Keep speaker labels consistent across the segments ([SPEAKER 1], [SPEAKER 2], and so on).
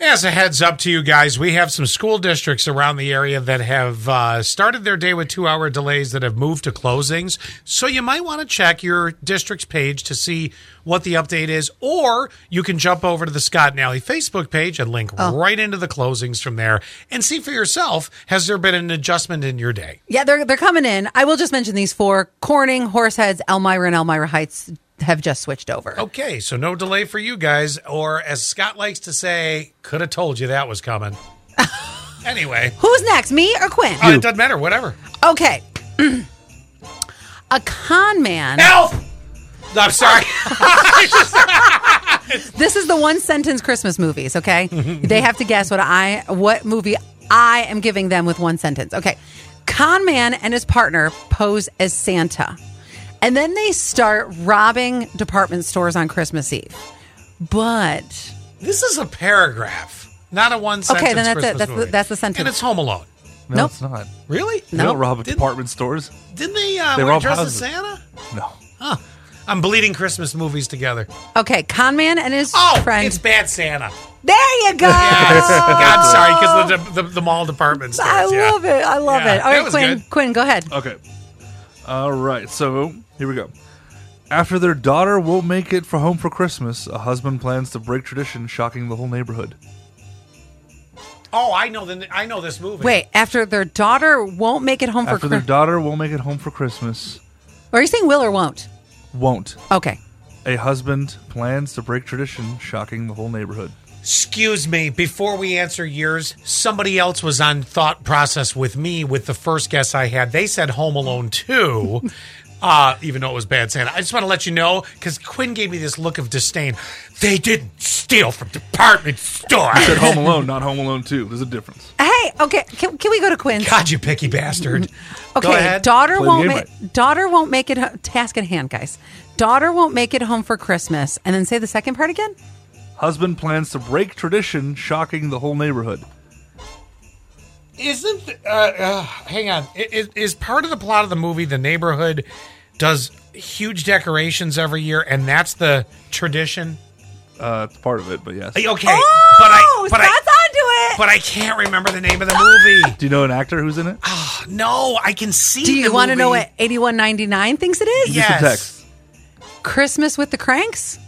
[SPEAKER 1] As a heads up to you guys, we have some school districts around the area that have uh, started their day with two hour delays that have moved to closings. So you might want to check your district's page to see what the update is, or you can jump over to the Scott and Alley Facebook page and link right into the closings from there and see for yourself has there been an adjustment in your day?
[SPEAKER 2] Yeah, they're they're coming in. I will just mention these four: Corning, Horseheads, Elmira, and Elmira Heights have just switched over.
[SPEAKER 1] Okay, so no delay for you guys, or as Scott likes to say, could have told you that was coming. anyway.
[SPEAKER 2] Who's next, me or Quinn?
[SPEAKER 1] Oh, it doesn't matter. Whatever.
[SPEAKER 2] Okay. A con man.
[SPEAKER 1] Elf. I'm sorry.
[SPEAKER 2] This is the one sentence Christmas movies, okay? they have to guess what I what movie I am giving them with one sentence. Okay. Con man and his partner pose as Santa. And then they start robbing department stores on Christmas Eve. But
[SPEAKER 1] this is a paragraph, not a one sentence.
[SPEAKER 2] then that's it.
[SPEAKER 1] Christmas
[SPEAKER 2] That's the-
[SPEAKER 1] movie.
[SPEAKER 2] that's the sentence.
[SPEAKER 1] And it's Home Alone.
[SPEAKER 3] No,
[SPEAKER 2] Nope.
[SPEAKER 3] it's not.
[SPEAKER 1] Really?
[SPEAKER 3] They don't rob
[SPEAKER 1] Didn't-
[SPEAKER 3] department stores.
[SPEAKER 1] Didn't they, uh,
[SPEAKER 3] They
[SPEAKER 1] wear
[SPEAKER 3] rob
[SPEAKER 1] dress as
[SPEAKER 3] houses.
[SPEAKER 1] Santa?
[SPEAKER 3] No.
[SPEAKER 1] Huh. I'm bleeding Christmas movies together.
[SPEAKER 2] okay, con man and his
[SPEAKER 1] Oh,
[SPEAKER 2] friend.
[SPEAKER 1] it's Bad Santa.
[SPEAKER 2] there you go.
[SPEAKER 1] Yes. God, sorry, because the, the, the mall department stores.
[SPEAKER 2] I
[SPEAKER 1] yeah.
[SPEAKER 2] love it. I love
[SPEAKER 1] Yeah,
[SPEAKER 2] it. All
[SPEAKER 1] that
[SPEAKER 2] right,
[SPEAKER 1] was
[SPEAKER 2] Quinn.
[SPEAKER 1] good. Oh,
[SPEAKER 2] Quinn, go ahead.
[SPEAKER 3] Okay. All right. So here we go. After their daughter won't make it for home for Christmas, a husband plans to break tradition, shocking the whole neighborhood.
[SPEAKER 1] Oh, I know the I know this movie.
[SPEAKER 2] Wait, after their daughter won't make it home for
[SPEAKER 3] After their
[SPEAKER 2] Christmas.
[SPEAKER 3] daughter won't make it home for Christmas,
[SPEAKER 2] Are you saying will or won't?
[SPEAKER 3] won't.
[SPEAKER 2] Okay.
[SPEAKER 3] A husband plans to break tradition, shocking the whole neighborhood.
[SPEAKER 1] Excuse me, before we answer yours, somebody else was on thought process with me with the first guess I had. They said Home Alone 2, uh, even though it was Bad Santa. I just want to let you know because Quinn gave me this look of disdain. They didn't steal from department stores.
[SPEAKER 3] Said Home Alone, not Home Alone 2. There's a difference.
[SPEAKER 2] Hey, okay. Can, can we go to Quinn's?
[SPEAKER 1] God, you picky bastard.
[SPEAKER 2] Okay,
[SPEAKER 1] Go ahead.
[SPEAKER 2] daughter
[SPEAKER 3] Play the
[SPEAKER 2] won't
[SPEAKER 3] game
[SPEAKER 2] make daughter won't make it ho- task at hand, guys. Daughter won't make it home for Christmas, and then say the second part again.
[SPEAKER 3] Husband plans to break tradition, shocking the whole neighborhood.
[SPEAKER 1] Isn't, uh, uh, hang on, I- is, is part of the plot of the movie the neighborhood does huge decorations every year and that's the tradition?
[SPEAKER 3] Uh, it's part of it, but yes.
[SPEAKER 1] Okay,
[SPEAKER 2] oh,
[SPEAKER 1] but I. But I
[SPEAKER 2] Scott's onto it.
[SPEAKER 1] but I can't remember the name of the movie.
[SPEAKER 3] Do you know an actor who's in it?
[SPEAKER 1] No, I can see.
[SPEAKER 2] Do you
[SPEAKER 1] want to
[SPEAKER 2] know what eighty one ninety nine thinks it is?
[SPEAKER 3] Give me some
[SPEAKER 1] Yes.
[SPEAKER 3] text.
[SPEAKER 2] Christmas with the Cranks.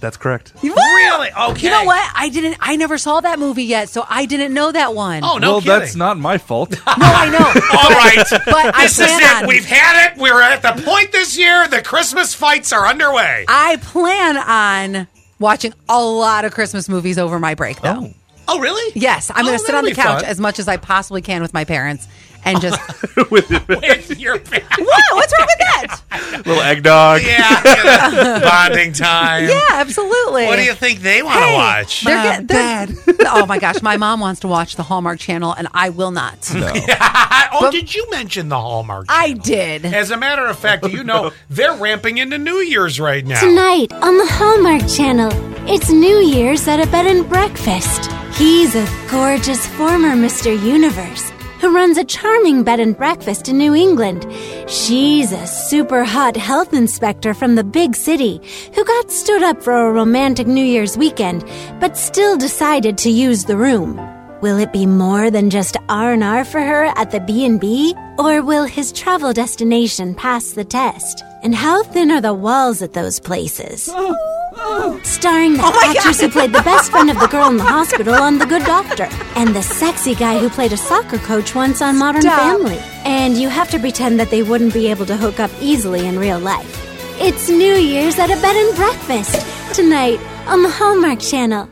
[SPEAKER 3] That's correct.
[SPEAKER 1] Really? Okay.
[SPEAKER 2] You know what? I didn't. I never saw that movie yet, so I didn't know that one.
[SPEAKER 1] Oh no,
[SPEAKER 3] well,
[SPEAKER 1] kidding.
[SPEAKER 3] that's not my fault.
[SPEAKER 2] no, I know.
[SPEAKER 1] All right,
[SPEAKER 2] But I
[SPEAKER 1] this is
[SPEAKER 2] plan
[SPEAKER 1] it.
[SPEAKER 2] on-
[SPEAKER 1] We've had it. We're at the point this year. The Christmas fights are underway.
[SPEAKER 2] I plan on watching a lot of Christmas movies over my break, though.
[SPEAKER 1] Oh, really?
[SPEAKER 2] Yes, I'm going
[SPEAKER 1] Oh,
[SPEAKER 2] to sit
[SPEAKER 1] that'll
[SPEAKER 2] on the
[SPEAKER 1] be
[SPEAKER 2] couch
[SPEAKER 1] fun.
[SPEAKER 2] as much as I possibly can with my parents and just.
[SPEAKER 1] With your family.
[SPEAKER 2] Whoa, what's wrong with that?
[SPEAKER 3] Little eggnog.
[SPEAKER 1] yeah, bonding time.
[SPEAKER 2] Yeah, absolutely.
[SPEAKER 1] What do you think they want to
[SPEAKER 2] Hey,
[SPEAKER 1] watch?
[SPEAKER 2] They're get, they're, oh my gosh, my mom wants to watch the Hallmark Channel, and I will not.
[SPEAKER 1] oh, did you mention the Hallmark?
[SPEAKER 2] I did.
[SPEAKER 1] As a matter of fact, you know they're ramping into New Year's right now.
[SPEAKER 4] Tonight on the Hallmark Channel, it's New Year's at a bed and breakfast. He's a gorgeous former Mr. Universe who runs a charming bed and breakfast in New England. She's a super hot health inspector from the big city who got stood up for a romantic New Year's weekend but still decided to use the room. Will it be more than just R&R for her at the B&B or will his travel destination pass the test? And how thin are the walls at those places? Starring the actress who played the best friend of the girl in the hospital on The Good Doctor and the sexy guy who played a soccer coach once on Modern
[SPEAKER 2] Stop.
[SPEAKER 4] Family. And you have to pretend that they wouldn't be able to hook up easily in real life. It's New Year's at a bed and breakfast tonight on the Hallmark Channel.